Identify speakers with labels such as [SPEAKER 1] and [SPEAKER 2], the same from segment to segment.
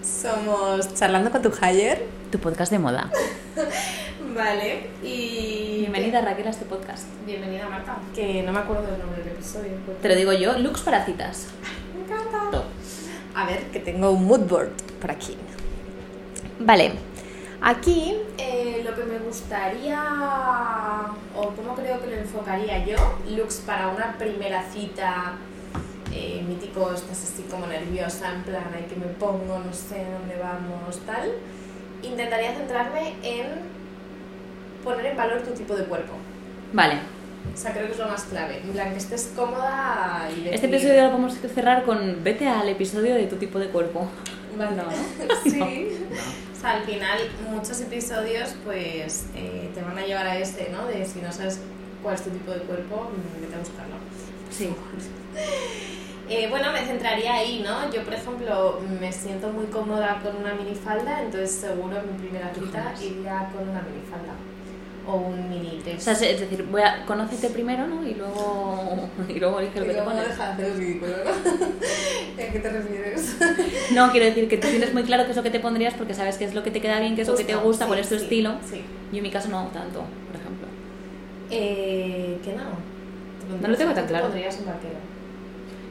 [SPEAKER 1] Somos Charlando con tu Hire.
[SPEAKER 2] Tu podcast de moda.
[SPEAKER 1] Vale. Y.
[SPEAKER 2] Bienvenida Raquel a este podcast.
[SPEAKER 1] Bienvenida, Marta. Que no me acuerdo del nombre del episodio. pues.
[SPEAKER 2] Te lo digo yo, looks para citas.
[SPEAKER 1] Me encanta. A ver, que tengo un mood board por aquí.
[SPEAKER 2] Vale.
[SPEAKER 1] Aquí eh, lo que me gustaría, o cómo creo que lo enfocaría yo, looks para una primera cita, eh, mítico, estás así como nerviosa, en plan, hay que me pongo, no sé dónde vamos, tal. Intentaría centrarme en poner en valor tu tipo de cuerpo.
[SPEAKER 2] Vale.
[SPEAKER 1] O sea, creo que es lo más clave. En plan, que estés cómoda y
[SPEAKER 2] Este
[SPEAKER 1] decir-
[SPEAKER 2] episodio lo podemos cerrar con vete al episodio de tu tipo de cuerpo.
[SPEAKER 1] Vale.
[SPEAKER 2] No,
[SPEAKER 1] sí. O sea, al final muchos episodios pues eh, te van a llevar a este, ¿no? De si no sabes cuál es tu tipo de cuerpo, mm, vete a buscarlo.
[SPEAKER 2] Sí.
[SPEAKER 1] Eh, bueno, me centraría ahí, ¿no? Yo, por ejemplo, me siento muy cómoda con una minifalda, entonces seguro en mi primera cita
[SPEAKER 2] Jamás.
[SPEAKER 1] iría con una minifalda o un mini dress.
[SPEAKER 2] O sea, es- es decir, voy a conócete primero, ¿no? Y luego y luego elige lo que te pones.
[SPEAKER 1] de hacer el ridículo, ¿no? ¿A qué te refieres?
[SPEAKER 2] No, quiero decir que tú tienes muy claro qué es lo que te pondrías porque sabes qué es lo que te queda bien, qué es lo que te
[SPEAKER 1] Justo,
[SPEAKER 2] gusta,
[SPEAKER 1] sí,
[SPEAKER 2] cuál es tu
[SPEAKER 1] sí,
[SPEAKER 2] estilo.
[SPEAKER 1] Sí.
[SPEAKER 2] Yo en mi caso no hago tanto, por ejemplo.
[SPEAKER 1] Eh, que no.
[SPEAKER 2] No lo tengo tan claro.
[SPEAKER 1] Podrías un vaquero.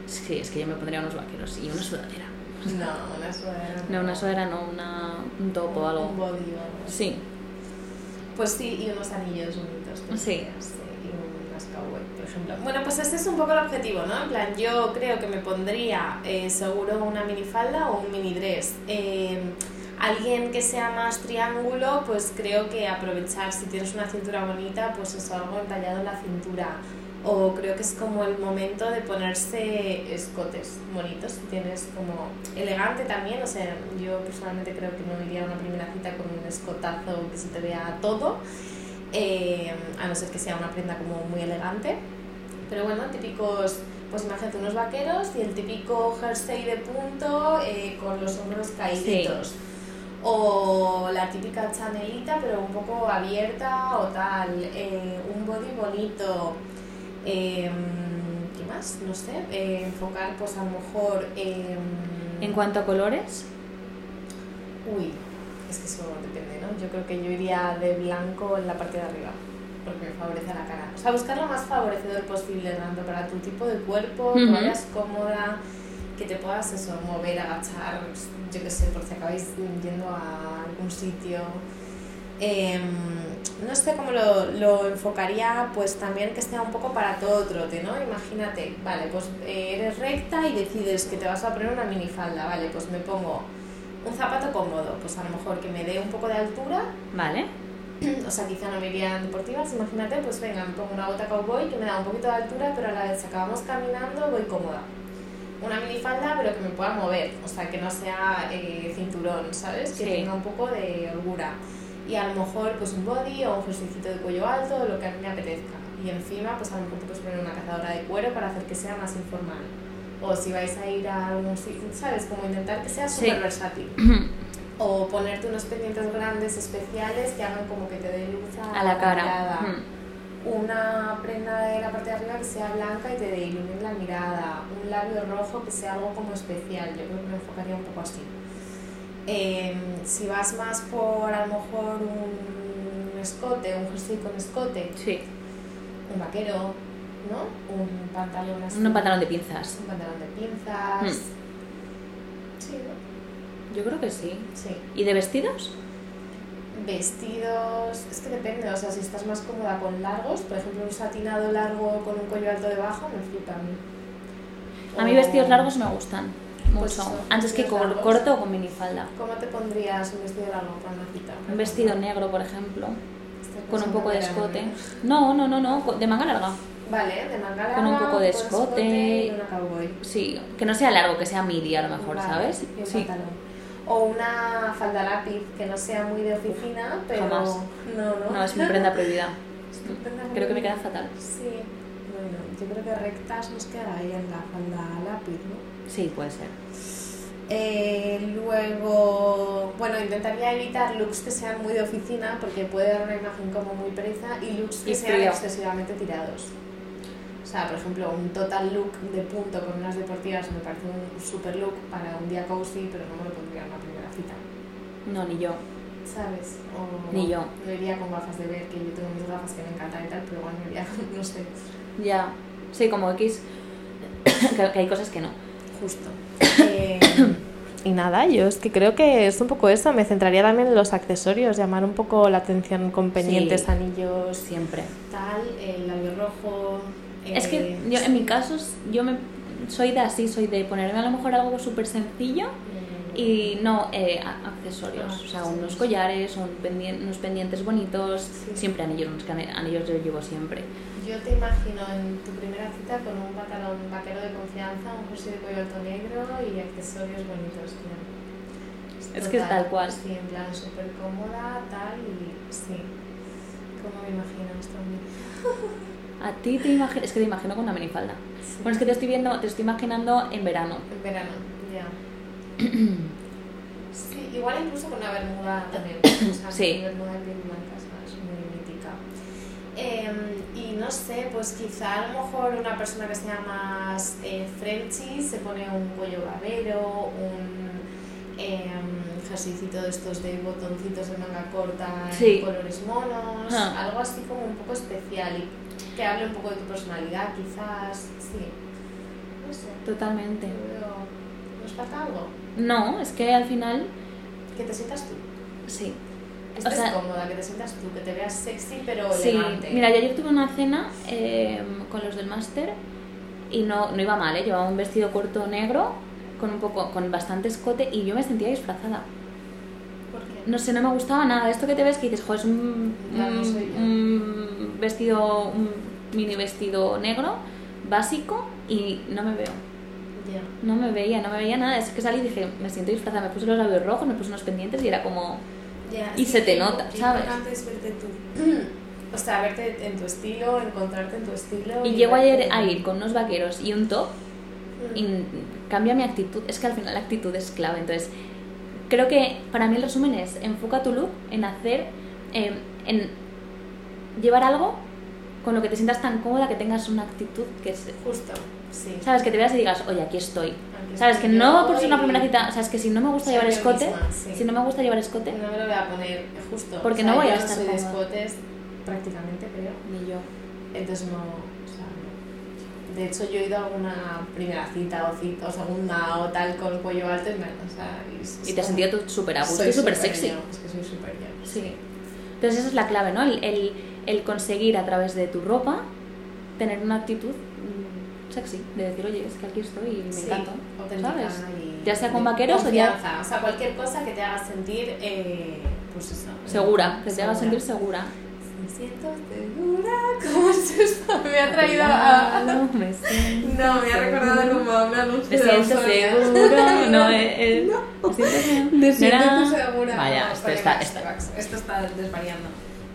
[SPEAKER 2] Sí, es que yo me pondría unos vaqueros y una sudadera.
[SPEAKER 1] No, una sudadera.
[SPEAKER 2] No, una sudadera, no, una, un top o
[SPEAKER 1] Un
[SPEAKER 2] algo.
[SPEAKER 1] body o algo así.
[SPEAKER 2] Sí,
[SPEAKER 1] Pues sí, y unos anillos bonitos. que
[SPEAKER 2] Sí.
[SPEAKER 1] tengas, sí, Y unas cowboy, por ejemplo. Bueno, pues ese es un poco el objetivo, ¿no? En plan, yo creo que me pondría eh, seguro una minifalda o un mini dress. Eh, alguien que sea más triángulo, pues creo que aprovechar, si tienes una cintura bonita, pues eso, algo entallado en la cintura. O creo que es como el momento de ponerse escotes bonitos, si tienes como elegante también, o sea, yo personalmente creo que no iría a una primera cita con un escotazo que se te vea todo, eh, a no ser que sea una prenda como muy elegante. Pero bueno, típicos, pues imagínate unos vaqueros y el típico jersey de punto eh, con los hombros caíditos. O la típica chanelita, pero un poco abierta o tal. eh, un body bonito. em, ¿Qué más? No sé. eh, enfocar, pues a lo mejor. em,
[SPEAKER 2] En cuanto a colores,
[SPEAKER 1] Uy, es que eso depende, ¿no? Yo creo que yo iría de blanco en la parte de arriba, porque me favorece la cara. O sea, buscar lo más favorecedor posible, tanto para tu tipo de cuerpo, que
[SPEAKER 2] Ujú.
[SPEAKER 1] vayas cómoda, que te puedas eso, mover, agachar, yo qué sé, por si acabáis yendo a algún sitio. Em, no sé cómo lo, lo enfocaría, pues también que sea un poco para todo trote, ¿no? Imagínate, vale, pues eh, eres recta y decides que te vas a poner una minifalda, vale, pues me pongo un zapato cómodo, pues a lo mejor que me dé un poco de altura,
[SPEAKER 2] ¿vale?
[SPEAKER 1] o sea, quizá no me iría en deportivas, imagínate, pues venga, me pongo una bota cowboy que me da un poquito de altura, pero a la vez acabamos caminando, voy cómoda. Una minifalda, pero que me pueda mover, o sea, que no sea eh, cinturón, ¿sabes? Que
[SPEAKER 2] Sí.
[SPEAKER 1] tenga un poco de holgura. Y a lo mejor, pues un body o un jerseycito de cuello alto, lo que a mí me apetezca. Y encima, pues a lo mejor te puedes poner una cazadora de cuero para hacer que sea más informal. O si vais a ir a algún sitio, ¿sabes? Como intentar que sea
[SPEAKER 2] Sí.
[SPEAKER 1] súper versátil. O ponerte unos pendientes grandes especiales que hagan como que te dé luz a,
[SPEAKER 2] A la cara.
[SPEAKER 1] mirada.
[SPEAKER 2] Mm.
[SPEAKER 1] Una prenda de la parte de arriba que sea blanca y te dé ilumine la mirada. Un labio rojo que sea algo como especial. Yo creo que me enfocaría un poco así. Eh, si vas más por a lo mejor un escote, un jersey con escote,
[SPEAKER 2] Sí,
[SPEAKER 1] un vaquero, ¿no? Un pantalón así.
[SPEAKER 2] un pantalón Mm. de pinzas.
[SPEAKER 1] un pantalón de pinzas. Sí, ¿no?
[SPEAKER 2] Yo creo que sí.
[SPEAKER 1] Sí.
[SPEAKER 2] ¿Y de vestidos?
[SPEAKER 1] Vestidos, es que depende, o sea, si estás más cómoda con largos, por ejemplo, un satinado largo con un cuello alto debajo, me flipa a mí.
[SPEAKER 2] A mí
[SPEAKER 1] O-
[SPEAKER 2] vestidos largos me gustan
[SPEAKER 1] Oh. Pues
[SPEAKER 2] mucho.
[SPEAKER 1] eso,
[SPEAKER 2] Antes que
[SPEAKER 1] vestidos
[SPEAKER 2] cor-
[SPEAKER 1] largos.
[SPEAKER 2] corto o con minifalda.
[SPEAKER 1] ¿Cómo te pondrías un vestido largo para una cita?
[SPEAKER 2] Un vestido negro, por ejemplo,
[SPEAKER 1] Estás
[SPEAKER 2] con un
[SPEAKER 1] pensando
[SPEAKER 2] poco de
[SPEAKER 1] en verano,
[SPEAKER 2] escote.
[SPEAKER 1] ¿no?
[SPEAKER 2] No, no, no, no, co- de manga larga.
[SPEAKER 1] Vale, de manga larga,
[SPEAKER 2] Con un poco de
[SPEAKER 1] y
[SPEAKER 2] escote.
[SPEAKER 1] una cowboy.
[SPEAKER 2] Sí, que no sea largo, que sea midi a lo mejor,
[SPEAKER 1] Vale,
[SPEAKER 2] ¿sabes?
[SPEAKER 1] y un
[SPEAKER 2] Sí.
[SPEAKER 1] pantalón. O una falda lápiz que no sea muy de oficina, pero.
[SPEAKER 2] jamás.
[SPEAKER 1] No, no.
[SPEAKER 2] No, es mi prenda prohibida.
[SPEAKER 1] Es tu prenda
[SPEAKER 2] Creo que me queda
[SPEAKER 1] favorita.
[SPEAKER 2] fatal.
[SPEAKER 1] Sí. Bueno, yo creo que rectas nos queda ahí en la falda lápiz, ¿no?
[SPEAKER 2] Sí, puede ser.
[SPEAKER 1] Eh, luego, bueno, intentaría evitar looks que sean muy de oficina porque puede dar una imagen como muy pereza y looks que
[SPEAKER 2] Y
[SPEAKER 1] sean
[SPEAKER 2] frío.
[SPEAKER 1] excesivamente tirados. O sea, por ejemplo, un total look de punto con unas deportivas me parece un super look para un día cozy, pero no me lo pondría en una primera cita.
[SPEAKER 2] No, ni yo.
[SPEAKER 1] ¿Sabes? O
[SPEAKER 2] Ni yo.
[SPEAKER 1] Lo iría con gafas de ver, que yo tengo mis gafas que me encantan y tal, pero igual me iría, con- no sé,
[SPEAKER 2] Ya. Sí, como X. que, que hay cosas que no.
[SPEAKER 1] justo. Eh, y nada, yo es que creo que es un poco eso. Me centraría también en los accesorios, llamar un poco la atención con
[SPEAKER 2] pendientes,
[SPEAKER 1] anillos,
[SPEAKER 2] Siempre.
[SPEAKER 1] tal, el labio rojo.
[SPEAKER 2] Es
[SPEAKER 1] Eh,
[SPEAKER 2] que yo, en mi caso, yo me soy de así, soy de ponerme a lo mejor algo súper sencillo y no eh, a- accesorios.
[SPEAKER 1] Ah,
[SPEAKER 2] o sea,
[SPEAKER 1] sí.
[SPEAKER 2] unos collares, un pendien- unos pendientes bonitos, siempre anillos, unos cane- anillos yo llevo siempre.
[SPEAKER 1] Yo te imagino en tu primera cita con un pantalón vaquero de confianza, un jersey de cuello alto negro y accesorios bonitos. tía.
[SPEAKER 2] Es que es tal cual.
[SPEAKER 1] Sí, en plan súper cómoda, tal y sí. Como me imaginas también.
[SPEAKER 2] A ti te imagino, es que te imagino con una minifalda.
[SPEAKER 1] Sí.
[SPEAKER 2] Bueno, es que te estoy viendo, te estoy imaginando en verano.
[SPEAKER 1] En verano, ya. sí, igual incluso con una bermuda también. O sea,
[SPEAKER 2] Sí.
[SPEAKER 1] Una bermuda de piel blanca es más muy mítica. Em, y no sé, pues quizá a lo mejor una persona que sea más eh, Frenchy se pone un cuello babero, un em, jerseycito de estos de botoncitos de manga corta, en
[SPEAKER 2] Sí.
[SPEAKER 1] colores monos,
[SPEAKER 2] Ah.
[SPEAKER 1] algo así como un poco especial y que hable un poco de tu personalidad, quizás. Sí. No sé.
[SPEAKER 2] Totalmente.
[SPEAKER 1] Pero, ¿Nos falta algo?
[SPEAKER 2] No, es que al final,
[SPEAKER 1] Que te sientas tú.
[SPEAKER 2] sí.
[SPEAKER 1] Esto
[SPEAKER 2] sea-
[SPEAKER 1] es cómoda, que te sientas tú, que te veas sexy pero
[SPEAKER 2] Sí,
[SPEAKER 1] elegante.
[SPEAKER 2] mira, yo ayer tuve una cena eh, con los del máster y no, no iba mal, ¿eh? llevaba un vestido corto negro con un poco, con bastante escote y yo me sentía disfrazada.
[SPEAKER 1] ¿Por qué?
[SPEAKER 2] No sé, no me gustaba nada. Esto que te ves que dices, joder, es un,
[SPEAKER 1] Ya, no
[SPEAKER 2] un-
[SPEAKER 1] soy yo".
[SPEAKER 2] un vestido, un mini vestido negro básico y no me veo.
[SPEAKER 1] Ya.
[SPEAKER 2] No me veía, no me veía nada. Es que salí y dije, me siento disfrazada. Me puse los labios rojos, me puse unos pendientes y era como,
[SPEAKER 1] Ya,
[SPEAKER 2] Y
[SPEAKER 1] sí,
[SPEAKER 2] se te
[SPEAKER 1] qué
[SPEAKER 2] nota,
[SPEAKER 1] impo- qué
[SPEAKER 2] ¿sabes?
[SPEAKER 1] importante es verte tú. O sea, verte en tu estilo, encontrarte en tu estilo.
[SPEAKER 2] Y llego
[SPEAKER 1] verte-
[SPEAKER 2] ayer a ir con unos vaqueros y un top y
[SPEAKER 1] Mm.
[SPEAKER 2] cambia mi actitud. Es que al final la actitud es clave. Entonces, creo que para mí el resumen es enfoca tu look en hacer, eh, en llevar algo con lo que te sientas tan cómoda que tengas una actitud que es,
[SPEAKER 1] Justo, sí.
[SPEAKER 2] sabes, que te veas y digas, oye, aquí estoy.
[SPEAKER 1] Aquí
[SPEAKER 2] Sabes que
[SPEAKER 1] estoy
[SPEAKER 2] no
[SPEAKER 1] yo
[SPEAKER 2] por ser una
[SPEAKER 1] y-
[SPEAKER 2] primera cita, sabes que si no me gusta
[SPEAKER 1] Soy
[SPEAKER 2] llevar
[SPEAKER 1] yo
[SPEAKER 2] escote,
[SPEAKER 1] misma, sí.
[SPEAKER 2] si no me gusta llevar escote,
[SPEAKER 1] No me lo voy a poner justo.
[SPEAKER 2] Porque
[SPEAKER 1] O sea,
[SPEAKER 2] no voy a
[SPEAKER 1] yo
[SPEAKER 2] estar
[SPEAKER 1] soy de
[SPEAKER 2] cómoda.
[SPEAKER 1] escotes prácticamente, creo.
[SPEAKER 2] ni yo.
[SPEAKER 1] Entonces no, o sea, no. De hecho, yo he ido a alguna primera cita o, cita, o segunda o tal con cuello alto y me, o sea,
[SPEAKER 2] Y te has sentido tú súper a gusto y súper sexy.
[SPEAKER 1] yo, es que soy súper yo.
[SPEAKER 2] Sí. Entonces esa es la clave, ¿no? El, el- el conseguir a través de tu ropa tener una actitud mm, sexy, de decir, oye, es que aquí estoy y me
[SPEAKER 1] Sí,
[SPEAKER 2] encanta.
[SPEAKER 1] auténtica
[SPEAKER 2] ¿Sabes?
[SPEAKER 1] y-
[SPEAKER 2] Ya sea con
[SPEAKER 1] y
[SPEAKER 2] vaqueros o ya-
[SPEAKER 1] confianza. O sea, cualquier cosa que te haga sentir, eh, pues eso. eh,
[SPEAKER 2] Segura, que te
[SPEAKER 1] segura.
[SPEAKER 2] haga sentir segura.
[SPEAKER 1] Me siento segura. ¿Cómo es esto? Me ha traído a...
[SPEAKER 2] Cuidado, me siento
[SPEAKER 1] No, me ha recordado
[SPEAKER 2] segura.
[SPEAKER 1] como a un anuncio
[SPEAKER 2] Me
[SPEAKER 1] de
[SPEAKER 2] siento
[SPEAKER 1] Ausonia.
[SPEAKER 2] segura, no es. Me siento segura.
[SPEAKER 1] Me
[SPEAKER 2] Nada.
[SPEAKER 1] siento segura.
[SPEAKER 2] Vaya,
[SPEAKER 1] No,
[SPEAKER 2] esto está. este-
[SPEAKER 1] Max,
[SPEAKER 2] esto-
[SPEAKER 1] Max, esto está desvariando.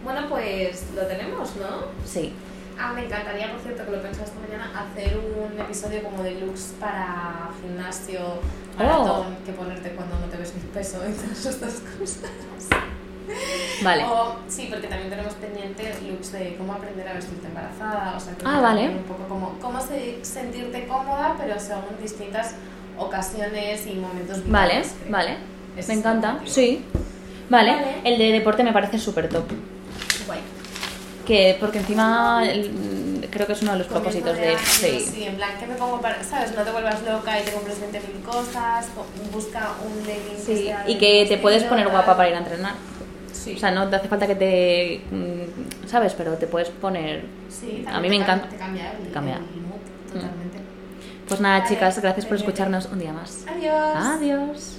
[SPEAKER 1] Bueno, pues lo tenemos, ¿no?
[SPEAKER 2] Sí,
[SPEAKER 1] Ah, me encantaría, por cierto, que lo pensaba esta mañana, hacer un episodio como de looks para gimnasio,
[SPEAKER 2] Oh.
[SPEAKER 1] maratón, que ponerte cuando no te ves ni peso y todas estas cosas.
[SPEAKER 2] vale.
[SPEAKER 1] O, sí, porque también tenemos pendiente looks de cómo aprender a vestirte embarazada, o sea, creo
[SPEAKER 2] Ah,
[SPEAKER 1] que
[SPEAKER 2] vale.
[SPEAKER 1] también un poco como cómo se- sentirte cómoda, pero según distintas ocasiones y momentos
[SPEAKER 2] Vale,
[SPEAKER 1] vitales. creo.
[SPEAKER 2] vale.
[SPEAKER 1] Ese
[SPEAKER 2] Me
[SPEAKER 1] es el
[SPEAKER 2] encanta,
[SPEAKER 1] objetivo.
[SPEAKER 2] sí. Vale,
[SPEAKER 1] Vale.
[SPEAKER 2] el de deporte me parece súper top.
[SPEAKER 1] Guay.
[SPEAKER 2] Que porque encima el- creo que es uno de los
[SPEAKER 1] Comienzo
[SPEAKER 2] propósitos de...
[SPEAKER 1] año,
[SPEAKER 2] Sí.
[SPEAKER 1] en plan, ¿qué me pongo para...? ¿Sabes? No te vuelvas loca y te compres 20.000 cosas, co- busca un legging que
[SPEAKER 2] Sí,
[SPEAKER 1] sea
[SPEAKER 2] Y
[SPEAKER 1] de
[SPEAKER 2] que te
[SPEAKER 1] estilo,
[SPEAKER 2] puedes poner
[SPEAKER 1] tal.
[SPEAKER 2] guapa para ir a entrenar.
[SPEAKER 1] Sí,
[SPEAKER 2] O sea, no te hace falta que te... mm, ¿Sabes? Pero te puedes poner...
[SPEAKER 1] sí,
[SPEAKER 2] a
[SPEAKER 1] también
[SPEAKER 2] mí
[SPEAKER 1] te
[SPEAKER 2] me
[SPEAKER 1] cam-
[SPEAKER 2] encanta.
[SPEAKER 1] Te cambia el,
[SPEAKER 2] Cambia.
[SPEAKER 1] el mood totalmente.
[SPEAKER 2] Pues nada,
[SPEAKER 1] Vale,
[SPEAKER 2] chicas, gracias por
[SPEAKER 1] perfecto.
[SPEAKER 2] escucharnos un día más.
[SPEAKER 1] Adiós.
[SPEAKER 2] Adiós.